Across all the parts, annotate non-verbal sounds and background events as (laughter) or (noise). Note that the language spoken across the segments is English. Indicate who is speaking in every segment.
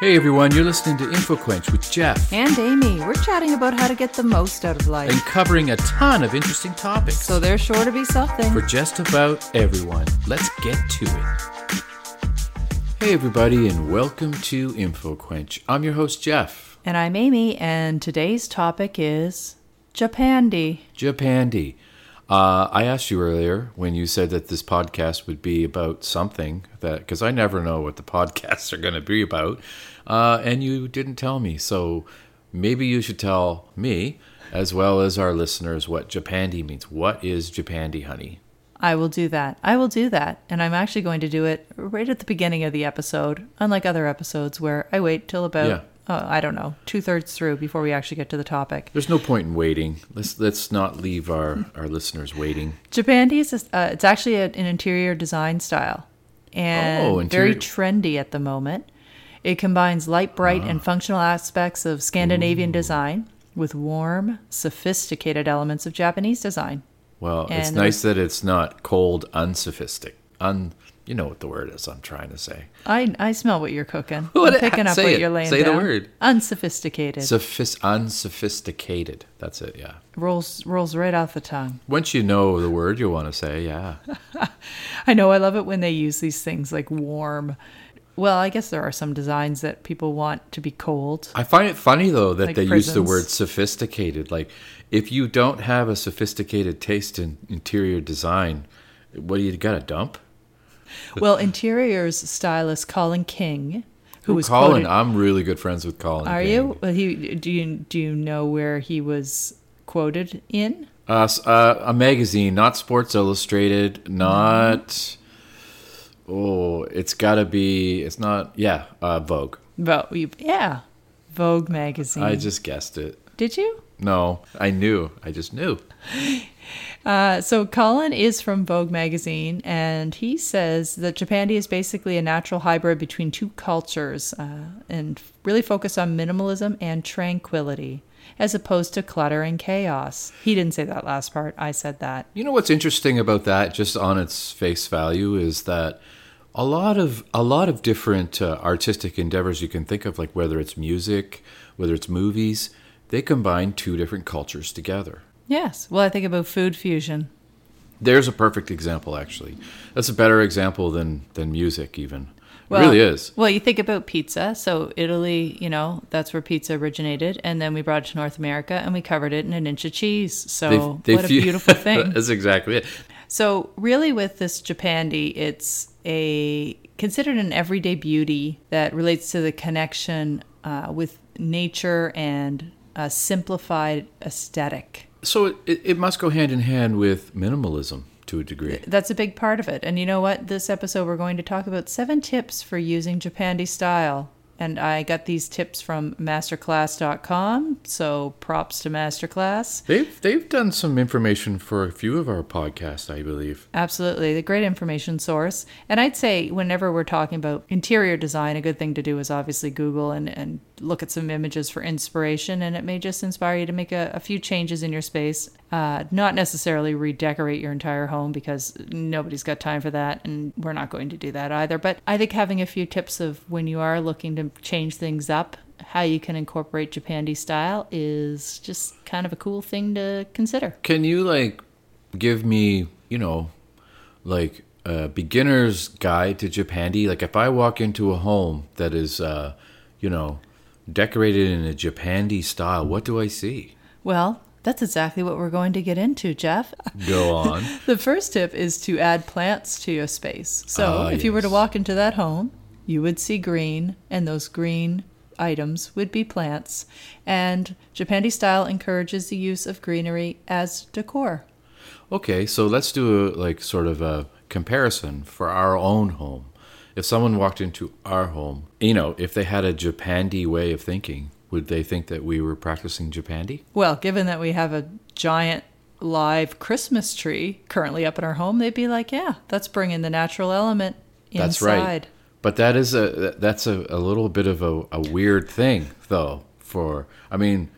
Speaker 1: Hey everyone, you're listening to InfoQuench with Jeff
Speaker 2: And Amy, we're chatting about how to get the most out of life.
Speaker 1: and covering a ton of interesting topics
Speaker 2: So there's sure to be something.
Speaker 1: for just about everyone. Let's get to it. Hey everybody, and welcome to InfoQuench. I'm your host, Jeff.
Speaker 2: and I'm Amy, and today's topic is Japandi.
Speaker 1: Japandi. Uh, I asked you earlier when you said that this podcast would be about something that because I never know what the (laughs) podcasts are going to be about, uh, and you didn't tell me. So maybe you should tell me as well as our listeners what Japandi means. What is Japandi, honey?
Speaker 2: I will do that. I will do that. And I'm actually going to do it right at the beginning of the episode, unlike other episodes where I wait till about,
Speaker 1: Yeah.
Speaker 2: uh, I don't know, two thirds through before we actually get to the topic.
Speaker 1: There's no point in waiting. Let's let's not leave our our listeners waiting.
Speaker 2: Japandi is, a- uh, it's actually a, an interior design style and
Speaker 1: Oh,
Speaker 2: very
Speaker 1: interior-
Speaker 2: trendy at the moment. It combines light, bright,
Speaker 1: Ah.
Speaker 2: and functional aspects of Scandinavian design with warm, sophisticated elements of Japanese design.
Speaker 1: Well, it's
Speaker 2: And
Speaker 1: nice that it's not cold, unsophistic, un. You know what the word is I'm trying to say.
Speaker 2: I, I smell what you're cooking.
Speaker 1: (laughs) What-
Speaker 2: I'm picking up
Speaker 1: say
Speaker 2: what
Speaker 1: it.
Speaker 2: you're laying
Speaker 1: Say the
Speaker 2: down.
Speaker 1: word.
Speaker 2: Unsophisticated.
Speaker 1: Sophis- unsophisticated. That's it. Yeah.
Speaker 2: rolls rolls right off the tongue.
Speaker 1: Once you know the word you want to say,
Speaker 2: (laughs)
Speaker 1: yeah.
Speaker 2: I know I love it when they use these things like warm. Well, I guess there are some designs that people want to be cold.
Speaker 1: I find it funny though that
Speaker 2: Like
Speaker 1: they use the
Speaker 2: prisons.
Speaker 1: word sophisticated. Like, if you don't have a sophisticated taste in interior design, what do you got a dump?
Speaker 2: Well, interiors stylist Colin King, who was
Speaker 1: Colin?
Speaker 2: quoted,
Speaker 1: I'm really good friends with Colin.
Speaker 2: are
Speaker 1: King.
Speaker 2: you? Well, he do you do you know where he was quoted in?
Speaker 1: Uh, s- uh, a magazine, not Sports Illustrated, not. Oh, it's got to be. It's not. Yeah, uh, Vogue.
Speaker 2: Vogue, yeah, Vogue magazine.
Speaker 1: I just guessed it.
Speaker 2: Did you?
Speaker 1: No, I knew. I just knew.
Speaker 2: Uh, so Colin is from Vogue magazine, and he says that Japandi is basically a natural hybrid between two cultures, uh, and really focused on minimalism and tranquility, as opposed to clutter and chaos. He didn't say that last part. I said that.
Speaker 1: You know what's interesting about that, just on its face value, is that a lot of a lot of different uh, artistic endeavors you can think of, like whether it's music, whether it's movies, they combine two different cultures together.
Speaker 2: Yes. Well, I think about food fusion.
Speaker 1: There's a perfect example, actually. That's a better example than than music, even.
Speaker 2: Well,
Speaker 1: it really is.
Speaker 2: Well, you think about pizza. So Italy, you know, that's where pizza originated, and then we brought it to North America and we covered it in an inch of cheese. So oh, what a
Speaker 1: fu- (laughs)
Speaker 2: beautiful thing.
Speaker 1: That's exactly it.
Speaker 2: So really with this japandi, it's a considered an everyday beauty that relates to the connection uh, with nature and a simplified aesthetic.
Speaker 1: So it, it it must go hand in hand with minimalism to a degree.
Speaker 2: That's a big part of it. And you know what? This episode we're going to talk about seven tips for using japandi style. And I got these tips from masterclass.com, so props to masterclass.
Speaker 1: They've they've done some information for a few of our podcasts, I believe.
Speaker 2: Absolutely. The great information source. And I'd say whenever we're talking about interior design, a good thing to do is obviously Google and, and look at some images for inspiration. And it may just inspire you to make a, a few changes in your space. Uh, not necessarily redecorate your entire home because nobody's got time for that. And we're not going to do that either. But I think having a few tips of when you are looking to change things up, how you can incorporate Japandi style is just kind of a cool thing to consider.
Speaker 1: Can you like give me, you know, like a beginner's guide to Japandi? Like if I walk into a home that is uh, you know, decorated in a Japandi style, what do I see?
Speaker 2: Well, that's exactly what we're going to get into, Jeff. (laughs)
Speaker 1: Go on.
Speaker 2: The first tip is to add plants to your space. So,
Speaker 1: Ah,
Speaker 2: if you were to
Speaker 1: yes.
Speaker 2: walk into that home, you would see green, and those green items would be plants. And Japandi style encourages the use of greenery as decor.
Speaker 1: Okay, so let's do a, like sort of a comparison for our own home. If someone walked into our home, you know, if they had a Japandi way of thinking, would they think that we were practicing Japandi?
Speaker 2: Well, given that we have a giant live Christmas tree currently up in our home, they'd be like, yeah, that's bringing the natural element inside.
Speaker 1: That's right. But that is a that's a, a little bit of a, a weird thing though for I mean,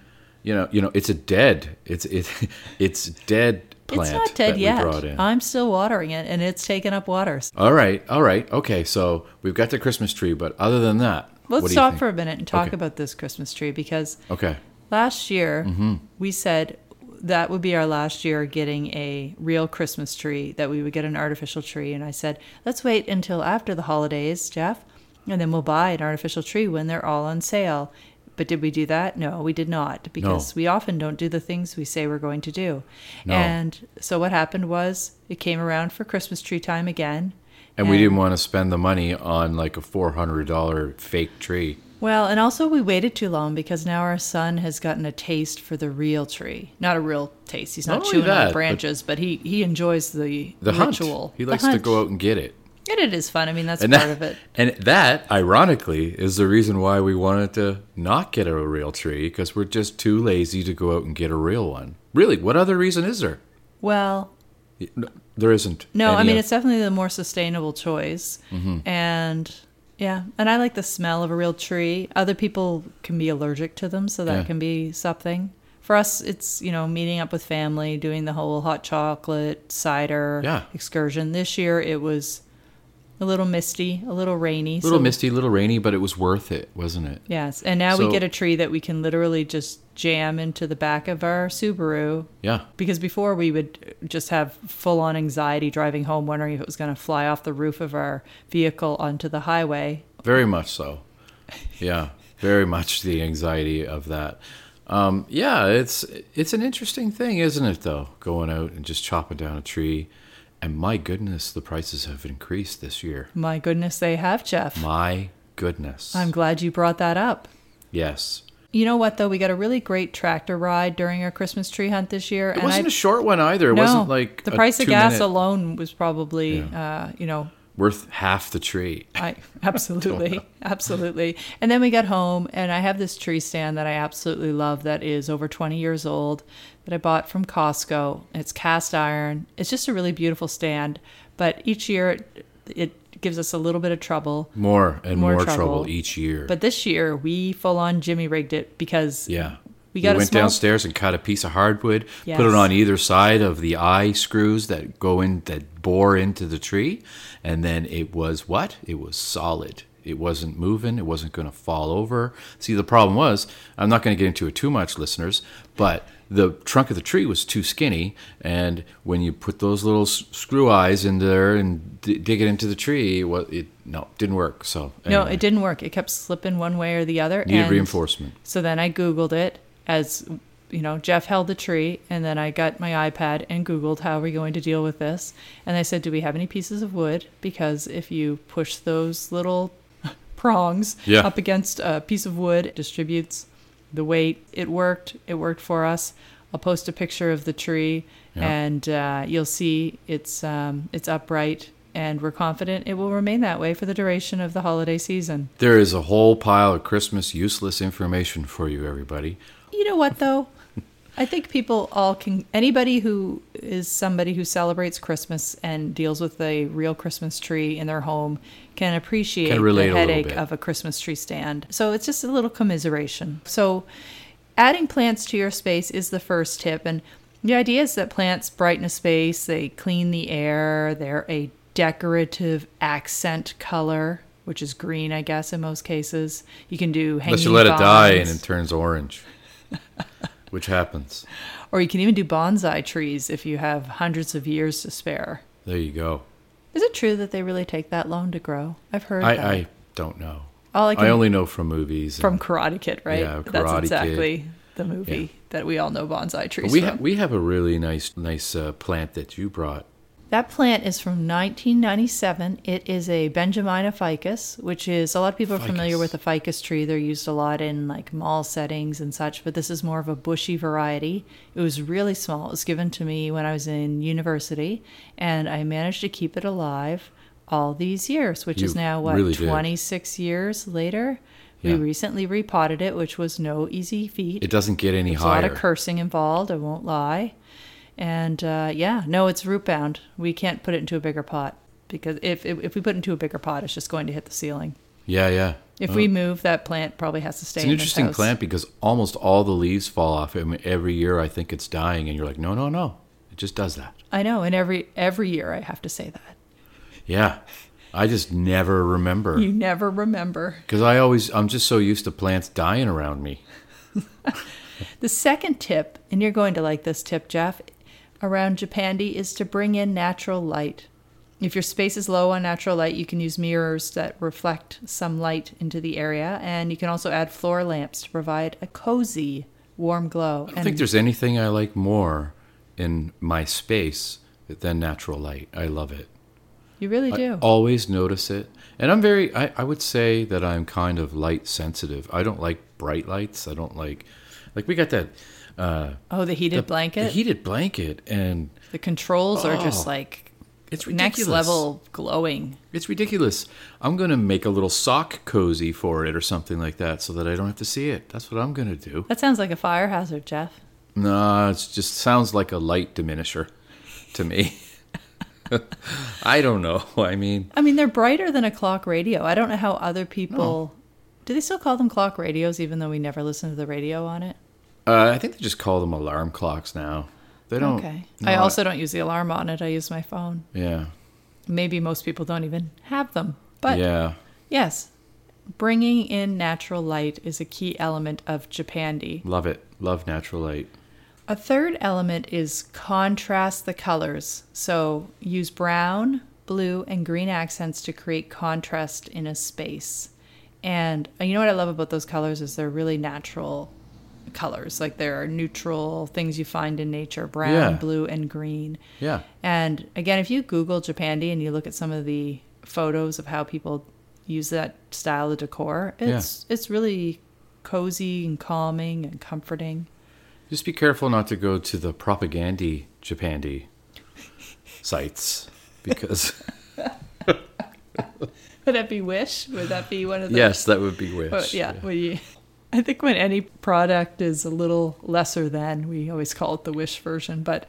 Speaker 1: you know, you know, it's a dead, it's it, (laughs) it's dead plant
Speaker 2: It's not
Speaker 1: that
Speaker 2: dead
Speaker 1: we brought
Speaker 2: yet. Uh-huh.
Speaker 1: in.
Speaker 2: I'm still watering it, and it's taken up water.
Speaker 1: all right, all right, okay. So we've got the Christmas tree, but other than that,
Speaker 2: Let's
Speaker 1: what do you
Speaker 2: stop
Speaker 1: think?
Speaker 2: for a minute and talk
Speaker 1: Okay.
Speaker 2: about this Christmas tree because
Speaker 1: Okay,
Speaker 2: last year
Speaker 1: Mm-hmm.
Speaker 2: we said that would be our last year getting a real Christmas tree, that we would get an artificial tree. And I said, let's wait until after the holidays, Jeff, and then we'll buy an artificial tree when they're all on sale. But did we do that? No, we did not because we often don't do the things we say we're going to do.
Speaker 1: No.
Speaker 2: And so what happened was it came around for Christmas tree time again.
Speaker 1: and we didn't want to spend the money on like a four hundred dollar fake tree.
Speaker 2: Well, and also we waited too long because now our son has gotten a taste for the real tree. Not a real taste. He's not,
Speaker 1: Not only
Speaker 2: chewing
Speaker 1: that,
Speaker 2: on
Speaker 1: but-
Speaker 2: the branches, but, he, he enjoys the,
Speaker 1: The
Speaker 2: ritual.
Speaker 1: hunt. He likes to go out and get it.
Speaker 2: And it is fun. I mean, that's
Speaker 1: And
Speaker 2: part
Speaker 1: that,
Speaker 2: of it.
Speaker 1: and that, ironically, is the reason why we wanted to not get a real tree because we're just too lazy to go out and get a real one. Really, what other reason is there?
Speaker 2: Well,
Speaker 1: No, There isn't.
Speaker 2: no, I
Speaker 1: any of-
Speaker 2: mean,
Speaker 1: Mm-hmm.
Speaker 2: it's definitely the more sustainable choice. And yeah, and I like the smell of a real tree. Other people can be allergic to them, so that
Speaker 1: Yeah.
Speaker 2: can be something. For us, it's, you know, meeting up with family, doing the whole hot chocolate, cider
Speaker 1: Yeah.
Speaker 2: excursion. This year it was a little misty, a little rainy.
Speaker 1: little
Speaker 2: so-
Speaker 1: misty, little rainy, but it was worth it, wasn't it?
Speaker 2: Yes. And now
Speaker 1: So-
Speaker 2: we get a tree that we can literally just jam into the back of our Subaru
Speaker 1: Yeah.
Speaker 2: because before we would just have full on anxiety driving home, wondering if it was going to fly off the roof of our vehicle onto the highway.
Speaker 1: Very much so. Yeah, very much the anxiety of that. Um, yeah, it's it's an interesting thing, isn't it? Though going out and just chopping down a tree, and my goodness, the prices have increased this year.
Speaker 2: My goodness, they have, Jeff.
Speaker 1: My goodness.
Speaker 2: I'm glad you brought that up.
Speaker 1: yes.
Speaker 2: You know what, though? We got a really great tractor ride during our Christmas tree hunt this year.
Speaker 1: It wasn't a short one either. It
Speaker 2: no,
Speaker 1: wasn't like
Speaker 2: the
Speaker 1: a
Speaker 2: price of gas
Speaker 1: two-minute-
Speaker 2: alone was probably, uh, you know,
Speaker 1: worth half the tree.
Speaker 2: I absolutely, absolutely. And then we got home, and I have this tree stand that I absolutely love that is over 20 years old that I bought from Costco. It's cast iron. It's just a really beautiful stand, but each year it, it gives us a little bit of trouble.
Speaker 1: More and more,
Speaker 2: More
Speaker 1: trouble.
Speaker 2: trouble.
Speaker 1: each year.
Speaker 2: But this year we full on Jimmy rigged it because
Speaker 1: yeah.
Speaker 2: we got a
Speaker 1: went
Speaker 2: small-
Speaker 1: downstairs and cut a piece of hardwood, put
Speaker 2: Yes.
Speaker 1: it on either side of the eye screws that go in that bore into the tree, and then it was what? It was solid. It wasn't moving. It wasn't going to fall over. See, the problem was, I'm not going to get into it too much, listeners, but the trunk of the tree was too skinny, and when you put those little s- screw eyes in there and d- dig it into the tree, well, it no didn't work. So
Speaker 2: no,
Speaker 1: anyway,
Speaker 2: it didn't work. It kept slipping one way or the other.
Speaker 1: needed
Speaker 2: and-
Speaker 1: reinforcement.
Speaker 2: So then I Googled it as, you know, Jeff held the tree, and then I got my iPad and Googled how are we going to deal with this. And I said, do we have any pieces of wood? Because if you push those little (laughs) prongs
Speaker 1: Yeah.
Speaker 2: up against a piece of wood, it distributes the weight. It worked. It worked for us. I'll post a picture of the tree,
Speaker 1: Yeah.
Speaker 2: and uh, you'll see it's um, it's upright. And we're confident it will remain that way for the duration of the holiday season.
Speaker 1: There is a whole pile of Christmas useless information for you, everybody.
Speaker 2: You know what though? I think people all can anybody who is somebody who celebrates Christmas and deals with a real Christmas tree in their home can appreciate
Speaker 1: Can relate a
Speaker 2: the
Speaker 1: little
Speaker 2: headache
Speaker 1: bit.
Speaker 2: of a Christmas tree stand. So it's just a little commiseration. So adding plants to your space is the first tip and the idea is that plants brighten a space, they clean the air, they're a decorative accent color, which is green I guess in most cases. You can do hanging
Speaker 1: Unless you let it die and
Speaker 2: vines.
Speaker 1: it turns orange, (laughs) which happens.
Speaker 2: Or you can even do bonsai trees if you have hundreds of years to spare.
Speaker 1: There you go.
Speaker 2: Is it true that they really take that long to grow? I've heard
Speaker 1: I,
Speaker 2: that.
Speaker 1: I don't know.
Speaker 2: All I can-
Speaker 1: I only know from movies.
Speaker 2: from
Speaker 1: and-
Speaker 2: Karate Kid, right?
Speaker 1: Yeah,
Speaker 2: That's
Speaker 1: Karate Kid.
Speaker 2: exactly the movie
Speaker 1: Yeah.
Speaker 2: that we all know bonsai trees
Speaker 1: we
Speaker 2: from.
Speaker 1: ha- we have a really nice nice uh, plant that you brought.
Speaker 2: that plant is from 1997. It is a Benjamina ficus, which is a lot of people are familiar
Speaker 1: Ficus.
Speaker 2: with the ficus tree. They're used a lot in like mall settings and such, but this is more of a bushy variety. It was really small. It was given to me when I was in university, and I managed to keep it alive all these years, which
Speaker 1: You
Speaker 2: is now what
Speaker 1: really did.
Speaker 2: 26 years later.
Speaker 1: Yeah.
Speaker 2: We recently repotted it, which was no easy feat.
Speaker 1: It doesn't get any
Speaker 2: There's a lot
Speaker 1: higher.
Speaker 2: of cursing involved, I won't lie. And uh, yeah, no, it's root bound. We can't put it into a bigger pot because if, if, if we put it into a bigger pot, it's just going to hit the ceiling.
Speaker 1: Yeah, yeah.
Speaker 2: If we move, that plant probably has to stay.
Speaker 1: Uh-huh. It's an
Speaker 2: in this
Speaker 1: interesting
Speaker 2: house.
Speaker 1: plant because almost all the leaves fall off. I mean, every year I think it's dying, and you're like, no, no, no. It just does that.
Speaker 2: I know, and every every year I have to say that.
Speaker 1: Yeah. I just never remember
Speaker 2: You never remember.
Speaker 1: because I always, I'm just so used to plants dying around me.
Speaker 2: The second tip, and you're going to like this tip, Jeff, around Japandi is to bring in natural light. If your space is low on natural light, you can use mirrors that reflect some light into the area, and you can also add floor lamps to provide a cozy, warm glow.
Speaker 1: I don't think there's anything I like more in my space than natural light. I love it.
Speaker 2: you really do.
Speaker 1: I oh, always notice it. And I'm very, I, I would say that I'm kind of light sensitive. I don't like bright lights. I don't like, like, we got that uh,
Speaker 2: oh, the heated blanket.
Speaker 1: the heated blanket, and
Speaker 2: the controls are just
Speaker 1: Oh,
Speaker 2: like
Speaker 1: it's ridiculous.
Speaker 2: next level glowing.
Speaker 1: It's ridiculous. I'm going to make a little sock cozy for it or something like that so that I don't have to see it. That's what I'm going to do.
Speaker 2: That sounds like a fire hazard, Jeff.
Speaker 1: Nah, it just sounds like a light diminisher to me. (laughs) I don't know. (laughs) I mean,
Speaker 2: I mean, they're brighter than a clock radio. I don't know how other people.
Speaker 1: Oh.
Speaker 2: Do they still call them clock radios, even though we never listen to the radio on it?
Speaker 1: uh, I think they just call them alarm clocks now. They don't.
Speaker 2: Okay.
Speaker 1: Oh, no,
Speaker 2: I also don't use the alarm on it. I use my phone.
Speaker 1: Yeah.
Speaker 2: Maybe most people don't even have them. But
Speaker 1: yeah.
Speaker 2: yes, bringing in natural light is a key element of Japandi.
Speaker 1: Love it. Love natural light.
Speaker 2: A third element is contrast the colors. So use brown, blue, and green accents to create contrast in a space. And you know what I love about those colors is they're really natural colors. Like there are neutral things you find in nature brown,
Speaker 1: Yeah.
Speaker 2: blue, and green.
Speaker 1: Yeah.
Speaker 2: And again, if you Google Japandi and you look at some of the photos of how people use that style of decor, it's it's really cozy and calming and comforting.
Speaker 1: Just be careful not to go to the propagandy Japandi sites because, (laughs)
Speaker 2: Would that be Wish? Would that be one of the?
Speaker 1: yes, that would be wish.
Speaker 2: Well, yeah. well, you- I think when any product is a little lesser than, we always call it the Wish version. But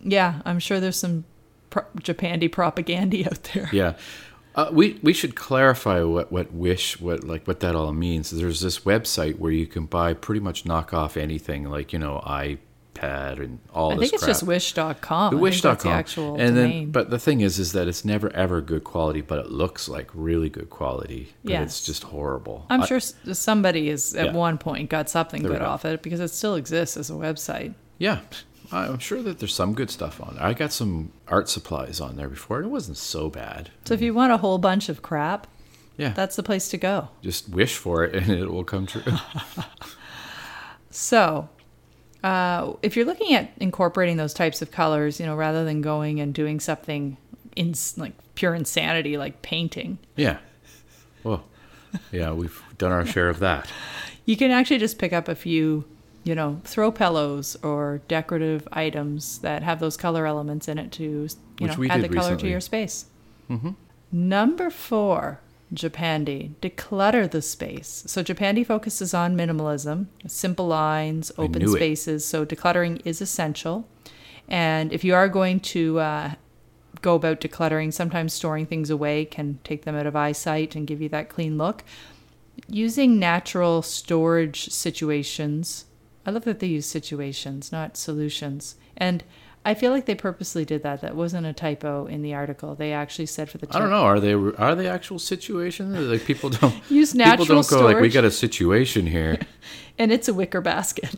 Speaker 2: yeah, I'm sure there's some pro- Japandi propaganda out there.
Speaker 1: Yeah. Uh, we we should clarify what, what wish what like what that all means. There's this website where you can buy pretty much knock off anything like you know iPad and all
Speaker 2: I
Speaker 1: this
Speaker 2: think it's
Speaker 1: crap.
Speaker 2: just Wish.com.
Speaker 1: The
Speaker 2: I think that's the
Speaker 1: wish.com
Speaker 2: actual
Speaker 1: and then
Speaker 2: domain.
Speaker 1: but the thing is is that it's never ever good quality but it looks like really good quality but it's
Speaker 2: Yes.
Speaker 1: just horrible. Uh,
Speaker 2: I'm
Speaker 1: I-
Speaker 2: sure s- somebody is at
Speaker 1: Yeah.
Speaker 2: one point got something
Speaker 1: There we
Speaker 2: good
Speaker 1: go.
Speaker 2: off it because it still exists as a website.
Speaker 1: yeah. I'm sure that there's some good stuff on. there. I got some art supplies on there before and it wasn't so bad.
Speaker 2: So if you want a whole bunch of crap,
Speaker 1: Mm-hmm. Yeah.
Speaker 2: that's the place to go.
Speaker 1: just wish for it (laughs) and it will come true.
Speaker 2: So, uh, if you're looking at incorporating those types of colors, you know, rather than going and doing something in like pure insanity like painting,
Speaker 1: Yeah. Well, yeah, we've done our share of that.
Speaker 2: you can actually just pick up a few, you know, throw pillows or decorative items that have those color elements in it to, you
Speaker 1: Which
Speaker 2: know,
Speaker 1: we
Speaker 2: add the
Speaker 1: did
Speaker 2: color to
Speaker 1: recently. Mm-hmm.
Speaker 2: your space. Number four, Japandi, declutter the space. So Japandi focuses on minimalism, simple lines, open
Speaker 1: knew it.
Speaker 2: spaces. So decluttering is essential. And if you are going to uh, go about decluttering, sometimes storing things away can take them out of eyesight and give you that clean look. Using natural storage situations, I love that they use situations, not solutions. And I feel like they purposely did that. That wasn't a typo in the article. They actually said for the
Speaker 1: I don't know. Are they are they actual situations? Like people
Speaker 2: (laughs)
Speaker 1: don't
Speaker 2: Use
Speaker 1: people
Speaker 2: natural
Speaker 1: don't go like we
Speaker 2: storage."
Speaker 1: got a situation here,
Speaker 2: (laughs) and it's a wicker basket.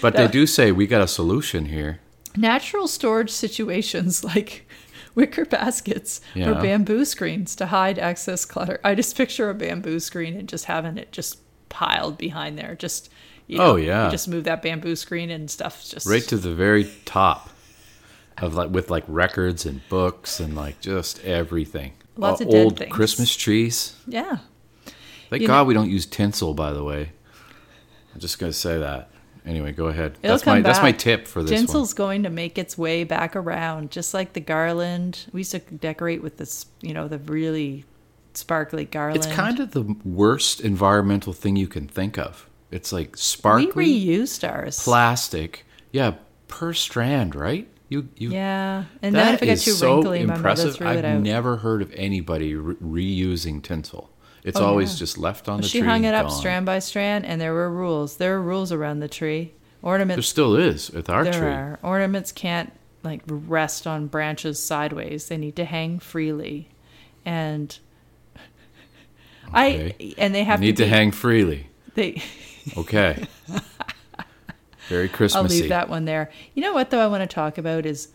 Speaker 1: but they do say we got a solution here.
Speaker 2: Natural storage situations (laughs) like wicker baskets or
Speaker 1: Yeah.
Speaker 2: bamboo screens to hide excess clutter. I just picture a bamboo screen and just having it just piled behind there. Just you know,
Speaker 1: Oh, yeah.
Speaker 2: you just move that bamboo screen and stuff's just
Speaker 1: Right to the very top of like with like records and books and like just everything.
Speaker 2: Lots
Speaker 1: Uh,
Speaker 2: of dead
Speaker 1: old
Speaker 2: things.
Speaker 1: Christmas trees.
Speaker 2: yeah.
Speaker 1: Thank
Speaker 2: You know-
Speaker 1: God we don't use tinsel, by the way. I'm just gonna say that. Anyway, go ahead.
Speaker 2: It'll
Speaker 1: that's my
Speaker 2: come
Speaker 1: that's my
Speaker 2: back.
Speaker 1: tip for this one.
Speaker 2: Tinsel's going to make its way back around, just like the garland. We used to decorate with this, you know, the really sparkly garland.
Speaker 1: It's kind of the worst environmental thing you can think of. It's like
Speaker 2: we
Speaker 1: sparkly
Speaker 2: reused ours.
Speaker 1: plastic. Yeah, per strand, right? You you
Speaker 2: yeah, and then
Speaker 1: that
Speaker 2: if it got
Speaker 1: is
Speaker 2: too
Speaker 1: so
Speaker 2: wrinkly, my mother
Speaker 1: impressive.
Speaker 2: threw
Speaker 1: I've
Speaker 2: it out.
Speaker 1: never heard of anybody re- reusing tinsel. It's always just left on the
Speaker 2: Oh, she
Speaker 1: tree.
Speaker 2: hung it up
Speaker 1: gone.
Speaker 2: strand by strand, and there were rules. There are rules around the tree.
Speaker 1: There
Speaker 2: Ornaments
Speaker 1: still is with our
Speaker 2: there
Speaker 1: tree.
Speaker 2: are ornaments can't like rest on branches sideways. They need to hang freely, and
Speaker 1: Okay.
Speaker 2: I and they have
Speaker 1: You need
Speaker 2: to,
Speaker 1: to
Speaker 2: be-
Speaker 1: hang freely.
Speaker 2: They, (laughs)
Speaker 1: Okay. Very
Speaker 2: I'll
Speaker 1: Christmassy.
Speaker 2: leave that one there. You know what though? I want to talk about is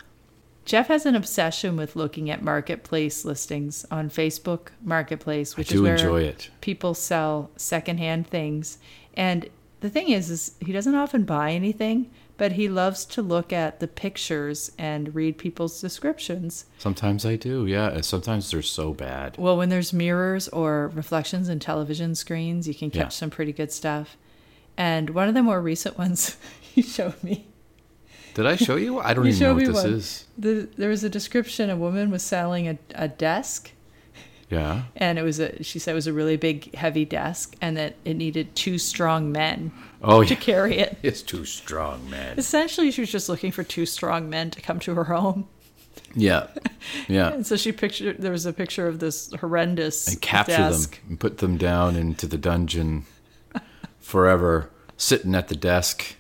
Speaker 2: Jeff has an obsession with looking at marketplace listings on Facebook Marketplace, which
Speaker 1: do
Speaker 2: is where
Speaker 1: enjoy it.
Speaker 2: people sell secondhand things. And the thing is, is he doesn't often buy anything, but he loves to look at the pictures and read people's descriptions.
Speaker 1: Sometimes I do, yeah. and Sometimes they're so bad.
Speaker 2: Well, when there's mirrors or reflections in television screens, you can catch
Speaker 1: Yeah.
Speaker 2: some pretty good stuff. And one of the more recent ones (laughs) he showed me.
Speaker 1: Did I show you?
Speaker 2: (laughs)
Speaker 1: I don't
Speaker 2: You
Speaker 1: even
Speaker 2: showed
Speaker 1: know what
Speaker 2: me
Speaker 1: this
Speaker 2: one.
Speaker 1: is.
Speaker 2: The, there was a description a woman was selling a, a desk
Speaker 1: Yeah.
Speaker 2: and it was a she said it was a really big heavy desk and that it needed two strong men
Speaker 1: Oh,
Speaker 2: to
Speaker 1: yeah.
Speaker 2: carry it
Speaker 1: (laughs) It's too strong, man.
Speaker 2: essentially she was just looking for two strong men to come to her home
Speaker 1: (laughs) Yeah. Yeah.
Speaker 2: and so she pictured there was a picture of this horrendous
Speaker 1: And capture
Speaker 2: desk
Speaker 1: them and put them down into the dungeon forever, sitting at the desk.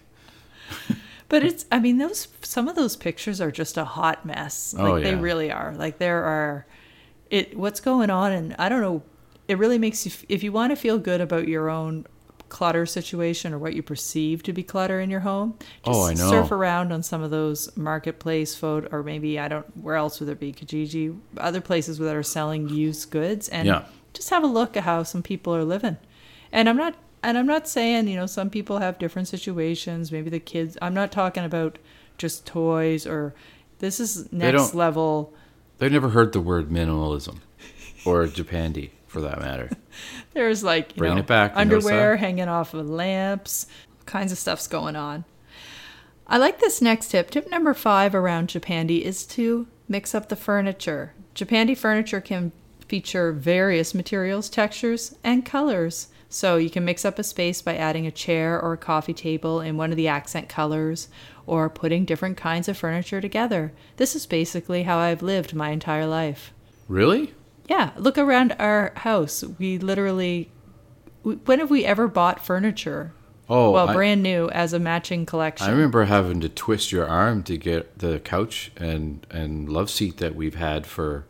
Speaker 2: but it's i mean those some of those pictures are just a hot mess like
Speaker 1: Oh,
Speaker 2: they
Speaker 1: yeah.
Speaker 2: really are like there are it what's going on and i don't know it really makes you f- if you want to feel good about your own clutter situation or what you perceive to be clutter in your home just
Speaker 1: Oh, I know.
Speaker 2: surf around on some of those marketplace photo or maybe i don't where else would there be kijiji other places that are selling used goods and
Speaker 1: Yeah.
Speaker 2: just have a look at how some people are living and i'm not and i'm not saying you know some people have different situations maybe the kids i'm not talking about just toys or this is next
Speaker 1: don't-
Speaker 2: level
Speaker 1: They've never heard the word minimalism or japandi for that matter.
Speaker 2: (laughs) There's like you
Speaker 1: Bringing
Speaker 2: know,
Speaker 1: it back, you notice
Speaker 2: underwear
Speaker 1: that?
Speaker 2: hanging off of lamps, all kinds of stuff's going on. I like this next tip. Tip number five around Japandi is to mix up the furniture. Japandi furniture can feature various materials, textures, and colors. So you can mix up a space by adding a chair or a coffee table in one of the accent colors or putting different kinds of furniture together. This is basically how I've lived my entire life.
Speaker 1: Really?
Speaker 2: Yeah, look around our house. We literally, w- when have we ever bought furniture?
Speaker 1: Oh,
Speaker 2: well,
Speaker 1: I-
Speaker 2: brand new as a matching
Speaker 1: I
Speaker 2: collection.
Speaker 1: remember having to twist your arm to get the couch and and love seat that we've had for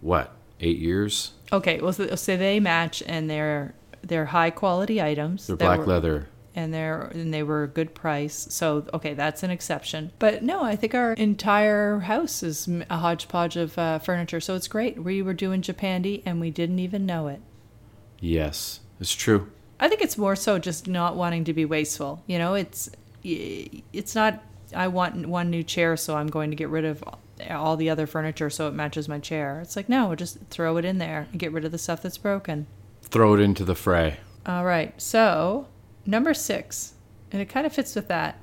Speaker 1: what eight years.
Speaker 2: okay, well, so, so they match, and they're they're high quality items.
Speaker 1: They're
Speaker 2: that
Speaker 1: black
Speaker 2: were-
Speaker 1: leather.
Speaker 2: and they're and they were a good price. So okay, that's an exception. But no, I think our entire house is m- a hodgepodge of uh, furniture, so it's great. We were doing Japandi, and we didn't even know it.
Speaker 1: Yes, it's true.
Speaker 2: I think it's more so just not wanting to be wasteful. You know, it's it's not I want one new chair, so I'm going to get rid of all the other furniture so it matches my chair. It's like no, just throw it in there and get rid of the stuff that's broken.
Speaker 1: Throw it into the fray.
Speaker 2: All right. So, number 6, and it kind of fits with that.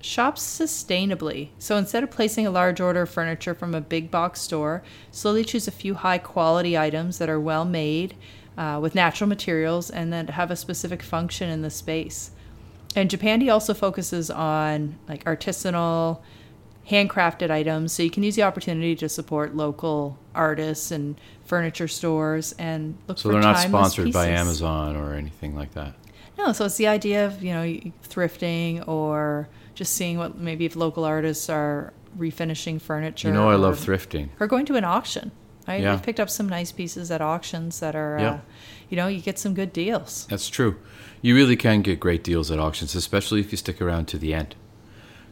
Speaker 2: Shop sustainably. So instead of placing a large order of furniture from a big box store, slowly choose a few high quality items that are well made uh, with natural materials and that have a specific function in the space. And Japandi also focuses on like artisanal, handcrafted items. So you can use the opportunity to support local artists and furniture stores and look
Speaker 1: So
Speaker 2: for
Speaker 1: they're not
Speaker 2: timeless
Speaker 1: sponsored by
Speaker 2: pieces.
Speaker 1: Amazon or anything like that.
Speaker 2: No, so it's the idea of you know thrifting or just seeing what maybe if local artists are refinishing furniture.
Speaker 1: You know, I
Speaker 2: or-
Speaker 1: love thrifting.
Speaker 2: Or going to an auction. I,
Speaker 1: Yeah.
Speaker 2: I've picked up some nice pieces at auctions that are,
Speaker 1: Yeah.
Speaker 2: uh, you know, you get some good deals.
Speaker 1: That's true. You really can get great deals at auctions, especially if you stick around to the end,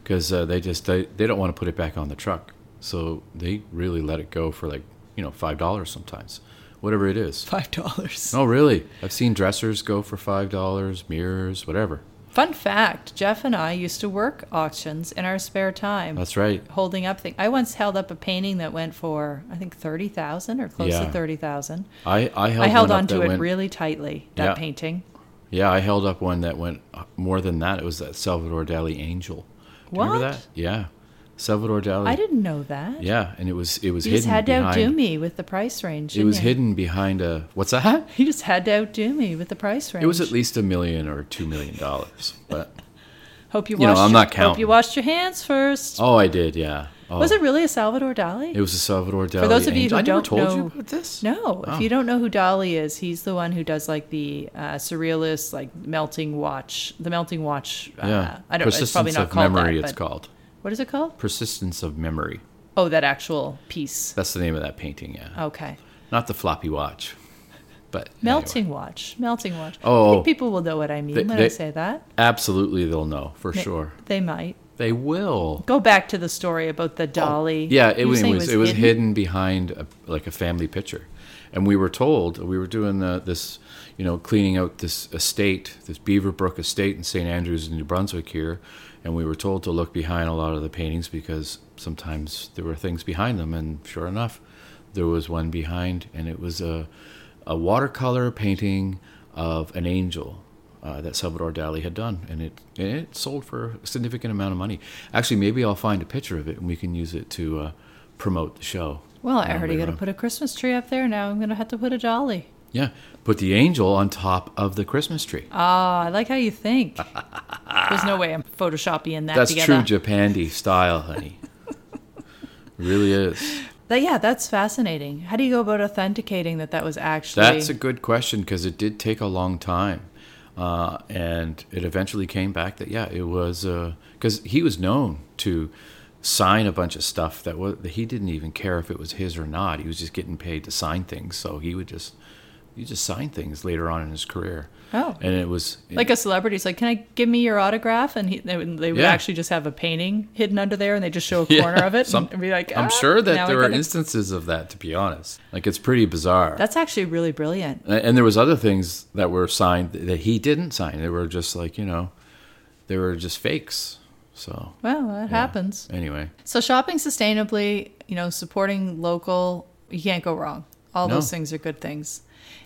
Speaker 1: because uh, they just they, they don't want to put it back on the truck, so they really let it go for like you know five dollars sometimes, whatever it is.
Speaker 2: (laughs) Five dollars.
Speaker 1: Oh, really? I've seen dressers go for five dollars, mirrors, whatever.
Speaker 2: Fun fact: Jeff and I used to work auctions in our spare time.
Speaker 1: That's right.
Speaker 2: holding up things. I once held up a painting that went for I think thirty thousand or close to
Speaker 1: Yeah.
Speaker 2: thirty thousand.
Speaker 1: I I held,
Speaker 2: I held
Speaker 1: one up
Speaker 2: on to
Speaker 1: that
Speaker 2: it
Speaker 1: went-
Speaker 2: really tightly. That
Speaker 1: Yeah.
Speaker 2: painting.
Speaker 1: Yeah, I held up one that went uh, more than that. It was that Salvador Dali angel. Do you remember
Speaker 2: What?
Speaker 1: that? Yeah, Salvador Dali.
Speaker 2: I didn't know that.
Speaker 1: Yeah, and it was it was
Speaker 2: You
Speaker 1: hidden
Speaker 2: just had to
Speaker 1: behind.
Speaker 2: outdo me with the price range.
Speaker 1: It
Speaker 2: didn't
Speaker 1: was
Speaker 2: you?
Speaker 1: hidden behind a what's that?
Speaker 2: You just had to outdo me with the price range.
Speaker 1: It was at least a million or two million dollars. But
Speaker 2: Hope you,
Speaker 1: you know,
Speaker 2: washed
Speaker 1: I'm
Speaker 2: your-
Speaker 1: not
Speaker 2: Hope you
Speaker 1: counting.
Speaker 2: washed your hands first.
Speaker 1: oh, I did. Yeah,
Speaker 2: Was it really a Salvador Dali?
Speaker 1: It was a Salvador Dali.
Speaker 2: For those of you
Speaker 1: angel.
Speaker 2: who
Speaker 1: I never
Speaker 2: don't
Speaker 1: told you
Speaker 2: know-
Speaker 1: about this.
Speaker 2: No,
Speaker 1: Oh.
Speaker 2: if you don't know who Dali is, he's the one who does like the uh, surrealist, like melting watch, the melting watch. Uh,
Speaker 1: Yeah.
Speaker 2: I don't. know.
Speaker 1: Persistence
Speaker 2: It's probably not
Speaker 1: of
Speaker 2: called
Speaker 1: memory.
Speaker 2: that.
Speaker 1: it's
Speaker 2: but-
Speaker 1: called
Speaker 2: What is it called?
Speaker 1: persistence of memory.
Speaker 2: Oh, that actual piece.
Speaker 1: That's the name of that painting. Yeah.
Speaker 2: Okay.
Speaker 1: Not the floppy watch, but
Speaker 2: Melting watch. Melting watch.
Speaker 1: Oh,
Speaker 2: I
Speaker 1: oh.
Speaker 2: think people will know what I mean
Speaker 1: They-
Speaker 2: when I
Speaker 1: they-
Speaker 2: say that.
Speaker 1: anyway. absolutely they'll know for
Speaker 2: They-
Speaker 1: sure.
Speaker 2: They might.
Speaker 1: They will.
Speaker 2: Go back to the story about the Dali.
Speaker 1: Oh. Yeah, it,
Speaker 2: You were
Speaker 1: was, it
Speaker 2: saying
Speaker 1: was it was hidden, behind a, like a family picture, and we were told we were doing the, this, you know, cleaning out this estate, this Beaverbrook estate in St. Andrews in New Brunswick here, and we were told to look behind a lot of the paintings because sometimes there were things behind them, and sure enough, there was one behind, and it was a a watercolor painting of an angel uh, that Salvador Dali had done, and it and it sold for a significant amount of money. Actually, maybe I'll find a picture of it and we can use it to uh, promote the show.
Speaker 2: Well, I already
Speaker 1: later
Speaker 2: got to
Speaker 1: on.
Speaker 2: put a Christmas tree up there. Now I'm going to have to put a Dali.
Speaker 1: Yeah, put the angel on top of the Christmas tree.
Speaker 2: Ah, I like how you think. There's no way I'm photoshopping that
Speaker 1: That's
Speaker 2: together.
Speaker 1: true Japandi style, honey. really is.
Speaker 2: That, yeah, that's fascinating. How do you go about authenticating that that was actually?
Speaker 1: That's a good question because it did take a long time, uh, and it eventually came back that yeah, it was because he was known to sign a bunch of stuff that was that he didn't even care if it was his or not. He was just getting paid to sign things, so he would just he just signed things later on in his career.
Speaker 2: Oh.
Speaker 1: and it was
Speaker 2: like a celebrity's like, can I give me your autograph? And he, they would, they would
Speaker 1: Yeah.
Speaker 2: actually just have a painting hidden under there, and they just show a
Speaker 1: (laughs) Yeah,
Speaker 2: corner of it
Speaker 1: some-
Speaker 2: and be like,
Speaker 1: I'm
Speaker 2: "Ah,
Speaker 1: sure
Speaker 2: now
Speaker 1: that
Speaker 2: I
Speaker 1: there are
Speaker 2: gotta-"
Speaker 1: instances of that. To be honest, like it's pretty bizarre.
Speaker 2: That's actually really brilliant.
Speaker 1: A- and there was other things that were signed that he didn't sign. They were just like you know, they were just fakes. So
Speaker 2: Well, that happens.
Speaker 1: anyway,
Speaker 2: So shopping sustainably, you know, supporting local, you can't go wrong. All
Speaker 1: No.
Speaker 2: those things are good things.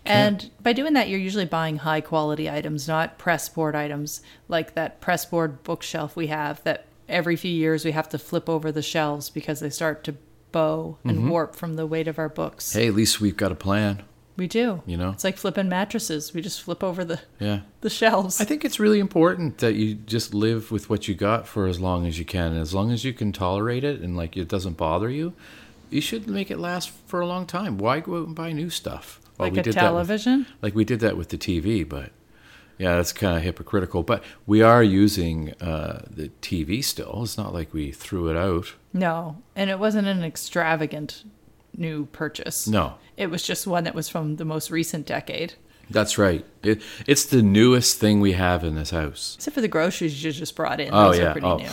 Speaker 2: And by doing that, you're usually buying high quality items, not press board items like that press board bookshelf we have that every few years we have to flip over the shelves because they start to bow and warp from the weight of our books.
Speaker 1: Mm-hmm. hey, at least we've got a plan.
Speaker 2: we do.
Speaker 1: You know?
Speaker 2: It's like flipping mattresses. We just flip over the,
Speaker 1: Yeah.
Speaker 2: the shelves.
Speaker 1: I think it's really important that you just live with what you got for as long as you can. As long as you can tolerate it and like it doesn't bother you, you should make it last for a long time. Why go out and buy new stuff? Well,
Speaker 2: like
Speaker 1: we
Speaker 2: a
Speaker 1: did that with-
Speaker 2: television.
Speaker 1: like we did that with the TV, but yeah, that's kind of hypocritical. But we are using uh, the TV still. It's not like we threw it out.
Speaker 2: No. And it wasn't an extravagant new purchase.
Speaker 1: No,
Speaker 2: It was just one that was from the most recent decade.
Speaker 1: that's right. It, it's the newest thing we have in this house.
Speaker 2: Except for the groceries you just brought in.
Speaker 1: Oh
Speaker 2: Those
Speaker 1: yeah.
Speaker 2: are pretty
Speaker 1: Oh.
Speaker 2: new.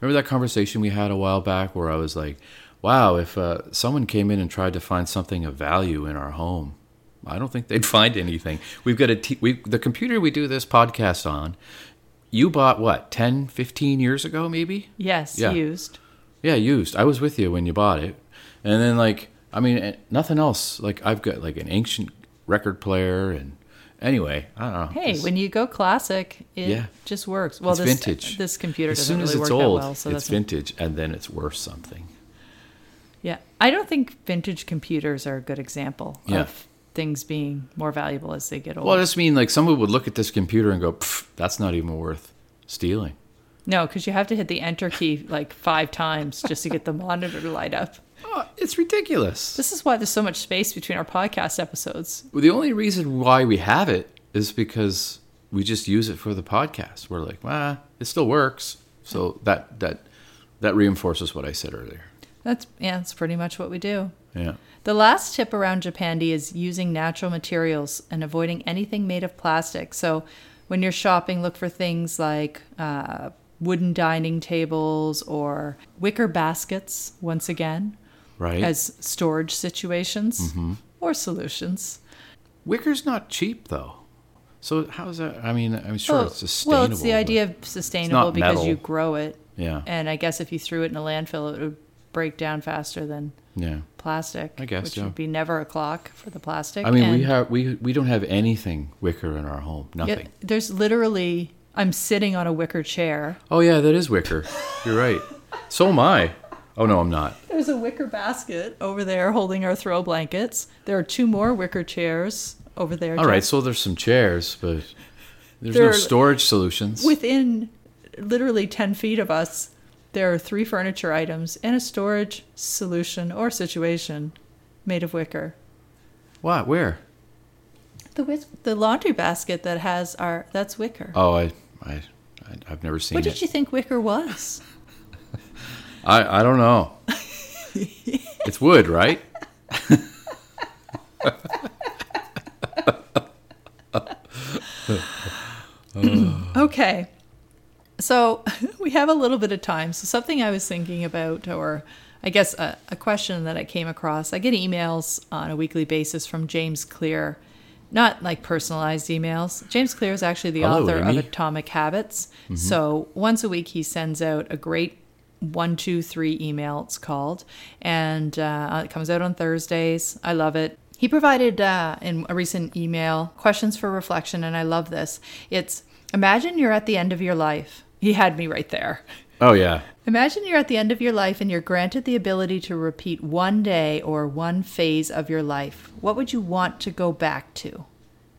Speaker 1: Remember that conversation we had a while back where I was like, "Wow, if uh, someone came in and tried to find something of value in our home, I don't think they'd (laughs) find anything. We've got a t- we the computer we do this podcast on. You bought what 10, 15 years ago, maybe?
Speaker 2: Yes,
Speaker 1: Yeah.
Speaker 2: used.
Speaker 1: Yeah, used. I was with you when you bought it, and then like I mean, eh, nothing else. Like I've got like an ancient record player, and anyway, I don't know.
Speaker 2: Hey,
Speaker 1: It's-
Speaker 2: when you go classic, it
Speaker 1: Yeah.
Speaker 2: just works. Well,
Speaker 1: It's
Speaker 2: this
Speaker 1: vintage.
Speaker 2: this computer
Speaker 1: as
Speaker 2: doesn't
Speaker 1: soon as
Speaker 2: really
Speaker 1: it's
Speaker 2: work
Speaker 1: old,
Speaker 2: that well, so
Speaker 1: it's
Speaker 2: that's
Speaker 1: vintage, and then it's worth something.
Speaker 2: yeah. I don't think vintage computers are a good example
Speaker 1: Yeah.
Speaker 2: of things being more valuable as they get older.
Speaker 1: Well, I just mean like someone would look at this computer and go, "Pff, "That's not even worth stealing."
Speaker 2: no, because you have to hit the enter key like five times just to get the (laughs) monitor to light up.
Speaker 1: Oh, it's ridiculous.
Speaker 2: This is why there's so much space between our podcast episodes.
Speaker 1: Well, The only reason why we have it is because we just use it for the podcast. We're like, "Ah, it still works." So that that that reinforces what I said earlier.
Speaker 2: That's yeah, that's pretty much what we do.
Speaker 1: Yeah.
Speaker 2: The last tip around Japandi is using natural materials and avoiding anything made of plastic. So, when you're shopping, look for things like uh, wooden dining tables or wicker baskets, once again,
Speaker 1: Right. Mm-hmm.
Speaker 2: as storage situations or solutions.
Speaker 1: Wicker's not cheap though. So how's that? I mean, I'm sure
Speaker 2: Well,
Speaker 1: it's sustainable.
Speaker 2: Well, it's the
Speaker 1: but-
Speaker 2: idea of sustainable because
Speaker 1: metal.
Speaker 2: you grow it.
Speaker 1: Yeah.
Speaker 2: And I guess if you threw it in a landfill, it would break down faster than
Speaker 1: Yeah.
Speaker 2: plastic.
Speaker 1: I guess,
Speaker 2: Which
Speaker 1: yeah.
Speaker 2: would be never a clock for the plastic.
Speaker 1: I mean, we
Speaker 2: And-
Speaker 1: have we we don't have anything wicker in our home.
Speaker 2: Yeah,
Speaker 1: Nothing.
Speaker 2: there's literally I'm sitting on a wicker chair.
Speaker 1: Oh yeah, that is wicker. You're right. So am I. Oh no, I'm not.
Speaker 2: There's a wicker basket over there holding our throw blankets. There are two more wicker chairs over there.
Speaker 1: All right.
Speaker 2: just
Speaker 1: So there's some chairs, but there's
Speaker 2: There
Speaker 1: no
Speaker 2: are-
Speaker 1: storage solutions.
Speaker 2: Within literally 10 feet of us, There are three furniture items and a storage solution or situation made of wicker.
Speaker 1: What? Where?
Speaker 2: The wiz- the laundry basket that has our that's wicker.
Speaker 1: Oh, I, I, I I've never seen
Speaker 2: what
Speaker 1: it.
Speaker 2: did you think wicker was?
Speaker 1: I, I don't
Speaker 2: (laughs)
Speaker 1: know. it's wood, right?
Speaker 2: Okay. So (laughs) we have a little bit of time. So something I was thinking about, or I guess a, a question that I came across. I get emails on a weekly basis from James Clear, not like personalized emails. James Clear is actually the
Speaker 1: Hello,
Speaker 2: author
Speaker 1: Amy.
Speaker 2: of Atomic Habits. So once a week, he sends out a great one, two, three email. It's called, and uh, it comes out on Thursdays. I love it. He provided uh, in a recent email questions for reflection, and I love this. It's imagine you're at the end of your life. He had me right there.
Speaker 1: Oh yeah.
Speaker 2: Imagine you're at the end of your life and you're granted the ability to repeat one day or one phase of your life. What would you want to go back to?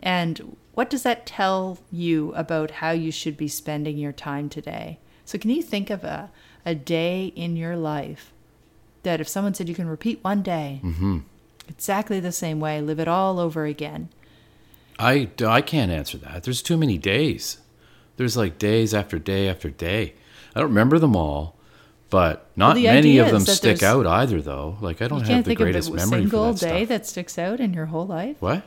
Speaker 2: And what does that tell you about how you should be spending your time today? So, can you think of a, a day in your life that if someone said you can repeat one day
Speaker 1: Mm-hmm.
Speaker 2: exactly the same way, live it all over again?
Speaker 1: I I can't answer that. There's too many days. There's like days after day after day. I don't remember them all, but not
Speaker 2: the
Speaker 1: many
Speaker 2: idea
Speaker 1: of them
Speaker 2: is that
Speaker 1: stick
Speaker 2: there's-
Speaker 1: out either. Though, like I don't
Speaker 2: You
Speaker 1: have
Speaker 2: can't
Speaker 1: the
Speaker 2: think of a
Speaker 1: greatest memory
Speaker 2: single
Speaker 1: for that
Speaker 2: day
Speaker 1: stuff.
Speaker 2: that sticks out in your whole life.
Speaker 1: What?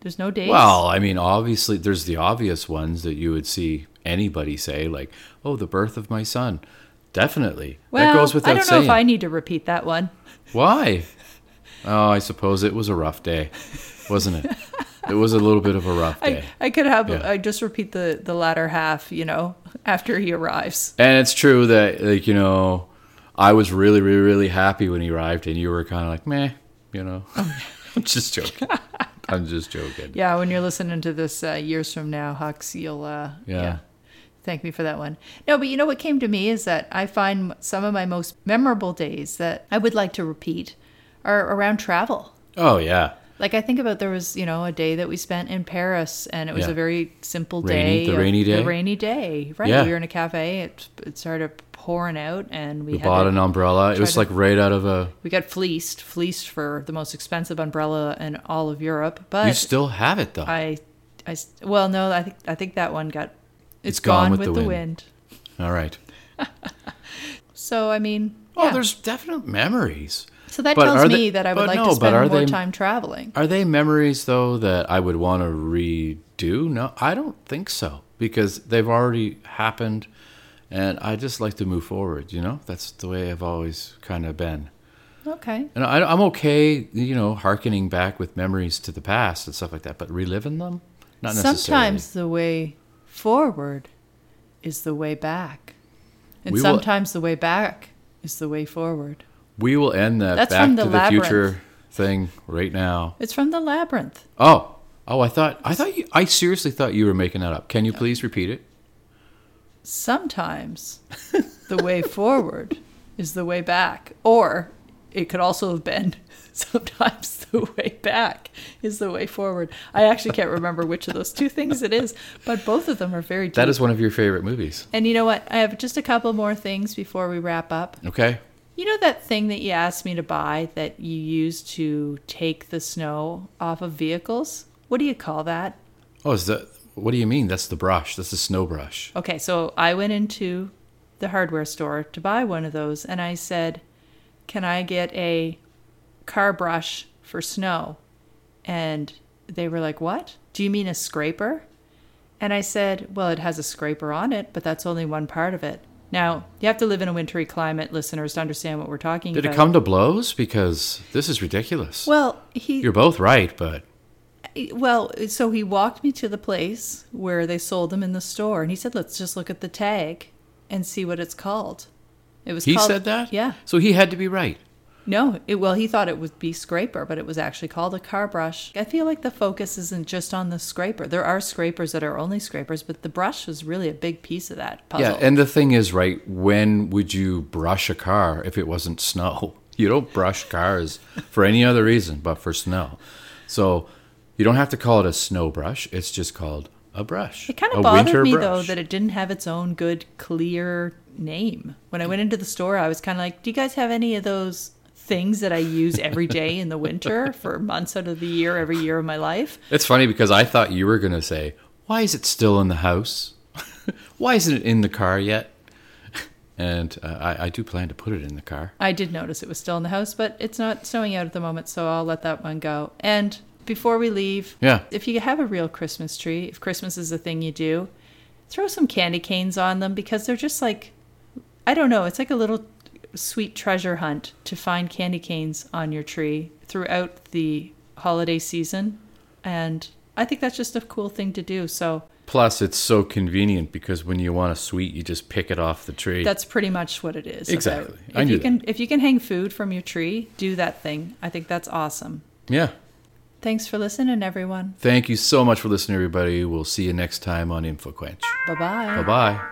Speaker 2: There's no days.
Speaker 1: Well, I mean, obviously, there's the obvious ones that you would see anybody say, like, "Oh, the birth of my son." Definitely, that goes without
Speaker 2: I don't know
Speaker 1: saying.
Speaker 2: if I need to repeat that one.
Speaker 1: Why? Oh, I suppose it was a rough day, wasn't
Speaker 2: (laughs)
Speaker 1: it? it was a little bit of a rough day.
Speaker 2: I, I could have
Speaker 1: Yeah.
Speaker 2: I just repeat the the latter half, you know, (laughs) after he arrives.
Speaker 1: And it's true that, like, you know, I was really, really, really happy when he arrived, and you were kind of like, meh, you know. (laughs) I'm just
Speaker 2: (laughs)
Speaker 1: joking. I'm just joking.
Speaker 2: Oh, Yeah, when you're listening to this uh, years from now, Hux, you'll uh,
Speaker 1: Yeah.
Speaker 2: thank me for that one. No, but you know what came to me is that I find some of my most memorable days that I would like to repeat are around travel.
Speaker 1: Oh, yeah.
Speaker 2: Like I think about there was you know a day that we spent in Paris and it was
Speaker 1: Yeah.
Speaker 2: a very simple
Speaker 1: Rainy-
Speaker 2: day.
Speaker 1: the
Speaker 2: of-
Speaker 1: rainy day?
Speaker 2: The rainy day. Right.
Speaker 1: Yeah.
Speaker 2: We were in a cafe. It it started pouring out and we,
Speaker 1: We
Speaker 2: had
Speaker 1: bought
Speaker 2: to-
Speaker 1: an umbrella. It was
Speaker 2: to-
Speaker 1: like right out of a.
Speaker 2: We got fleeced, fleeced for the most expensive umbrella in all of Europe. But
Speaker 1: You still have it, though.
Speaker 2: I, I, s- well, no, I think I think that one got
Speaker 1: It's gone with the wind.
Speaker 2: wind.
Speaker 1: All right.
Speaker 2: So I mean,
Speaker 1: Oh,
Speaker 2: yeah.
Speaker 1: there's definite memories.
Speaker 2: so that
Speaker 1: but
Speaker 2: tells
Speaker 1: are
Speaker 2: me
Speaker 1: they-
Speaker 2: that I would
Speaker 1: but
Speaker 2: like
Speaker 1: no,
Speaker 2: to
Speaker 1: but
Speaker 2: spend
Speaker 1: are
Speaker 2: more
Speaker 1: they-
Speaker 2: time traveling.
Speaker 1: Are they memories though that I would want to redo? No, I don't think so because they've already happened, and I just like to move forward. You know, that's the way I've always kind of been,
Speaker 2: Okay,
Speaker 1: and I, I'm okay. You know, harkening back with memories to the past and stuff like that, but reliving them, not necessarily.
Speaker 2: sometimes the way forward is the way back, and
Speaker 1: We will-
Speaker 2: sometimes the way back is the way forward.
Speaker 1: we will end that
Speaker 2: That's
Speaker 1: back
Speaker 2: from
Speaker 1: to
Speaker 2: the
Speaker 1: the
Speaker 2: Labyrinth.
Speaker 1: future thing right now.
Speaker 2: It's from the labyrinth.
Speaker 1: Oh, oh, I thought I thought you, I seriously thought you were making that up. Can you please repeat it?
Speaker 2: sometimes the way forward is the way back. Or it could also have been (laughs) sometimes the way back is the way forward. I actually can't remember which of those two things it is, but both of them are very deep.
Speaker 1: That is one of your favorite movies.
Speaker 2: and you know what? I have just a couple more things before we wrap up.
Speaker 1: Okay.
Speaker 2: You know that thing that you asked me to buy that you use to take the snow off of vehicles? What do you call that?
Speaker 1: Oh, is that what do you mean? That's the brush. That's the snow brush.
Speaker 2: Okay, so I went into the hardware store to buy one of those and I said, Can I get a car brush for snow? And they were like, What? Do you mean a scraper? And I said, Well, it has a scraper on it, but that's only one part of it. Now, you have to live in a wintry climate, listeners, to understand what we're talking
Speaker 1: Did
Speaker 2: about.
Speaker 1: it come to blows? Because this is ridiculous.
Speaker 2: Well, he
Speaker 1: You're both right, but
Speaker 2: Well, so he walked me to the place where they sold them in the store, and he said, "Let's just look at the tag and see what it's called." It was.
Speaker 1: he
Speaker 2: called,
Speaker 1: said that.
Speaker 2: Yeah.
Speaker 1: So he had to be right.
Speaker 2: No. It, well, he thought it would be scraper, but it was actually called a car brush. I feel like the focus isn't just on the scraper. There are scrapers that are only scrapers, but the brush was really a big piece of that puzzle.
Speaker 1: Yeah. And the thing is, right? When would you brush a car if it wasn't (laughs) snow? You don't brush cars for any other reason but for snow. So you don't have to call it a snow brush. It's just called a brush.
Speaker 2: It kind
Speaker 1: a
Speaker 2: of bothered
Speaker 1: winter
Speaker 2: me
Speaker 1: brush.
Speaker 2: though that it didn't have its own good clear name. When I went into the store, I was kind of like, "Do you guys have any of those things that I use every day in the winter for months out of the year, every year of my life?"
Speaker 1: It's funny because I thought you were going to say, "Why is it still in the house? (laughs) Why isn't it in the car yet?" (laughs) And uh, I, I do plan to put it in the car.
Speaker 2: I did notice it was still in the house, but it's not snowing out at the moment, so I'll let that one go. And before we leave,
Speaker 1: Yeah.
Speaker 2: if you have a real Christmas tree, if Christmas is a thing you do, throw some candy canes on them because they're just like I don't know, it's like a little sweet treasure hunt to find candy canes on your tree throughout the holiday season. And I think that's just a cool thing to do. So
Speaker 1: Plus, it's so convenient because when you want a sweet, you just pick it off the tree.
Speaker 2: That's pretty much what it is. about.
Speaker 1: Exactly.
Speaker 2: If
Speaker 1: I knew
Speaker 2: you can if you can hang food from your tree, do that thing. I think that's awesome.
Speaker 1: yeah.
Speaker 2: Thanks for listening, everyone.
Speaker 1: Thank you so much for listening, everybody. We'll see you next time on InfoQuench.
Speaker 2: Bye bye.
Speaker 1: Bye bye.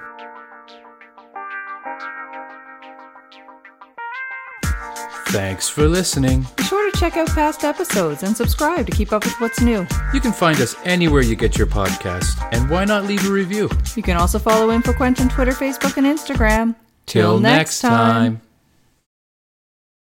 Speaker 1: Thanks for listening.
Speaker 2: Be sure to check out past episodes and subscribe to keep up with what's new.
Speaker 1: You can find us anywhere you get your podcast, and why not leave a review?
Speaker 2: You can also follow InfoQuench on Twitter, Facebook, and Instagram.
Speaker 1: Till next time.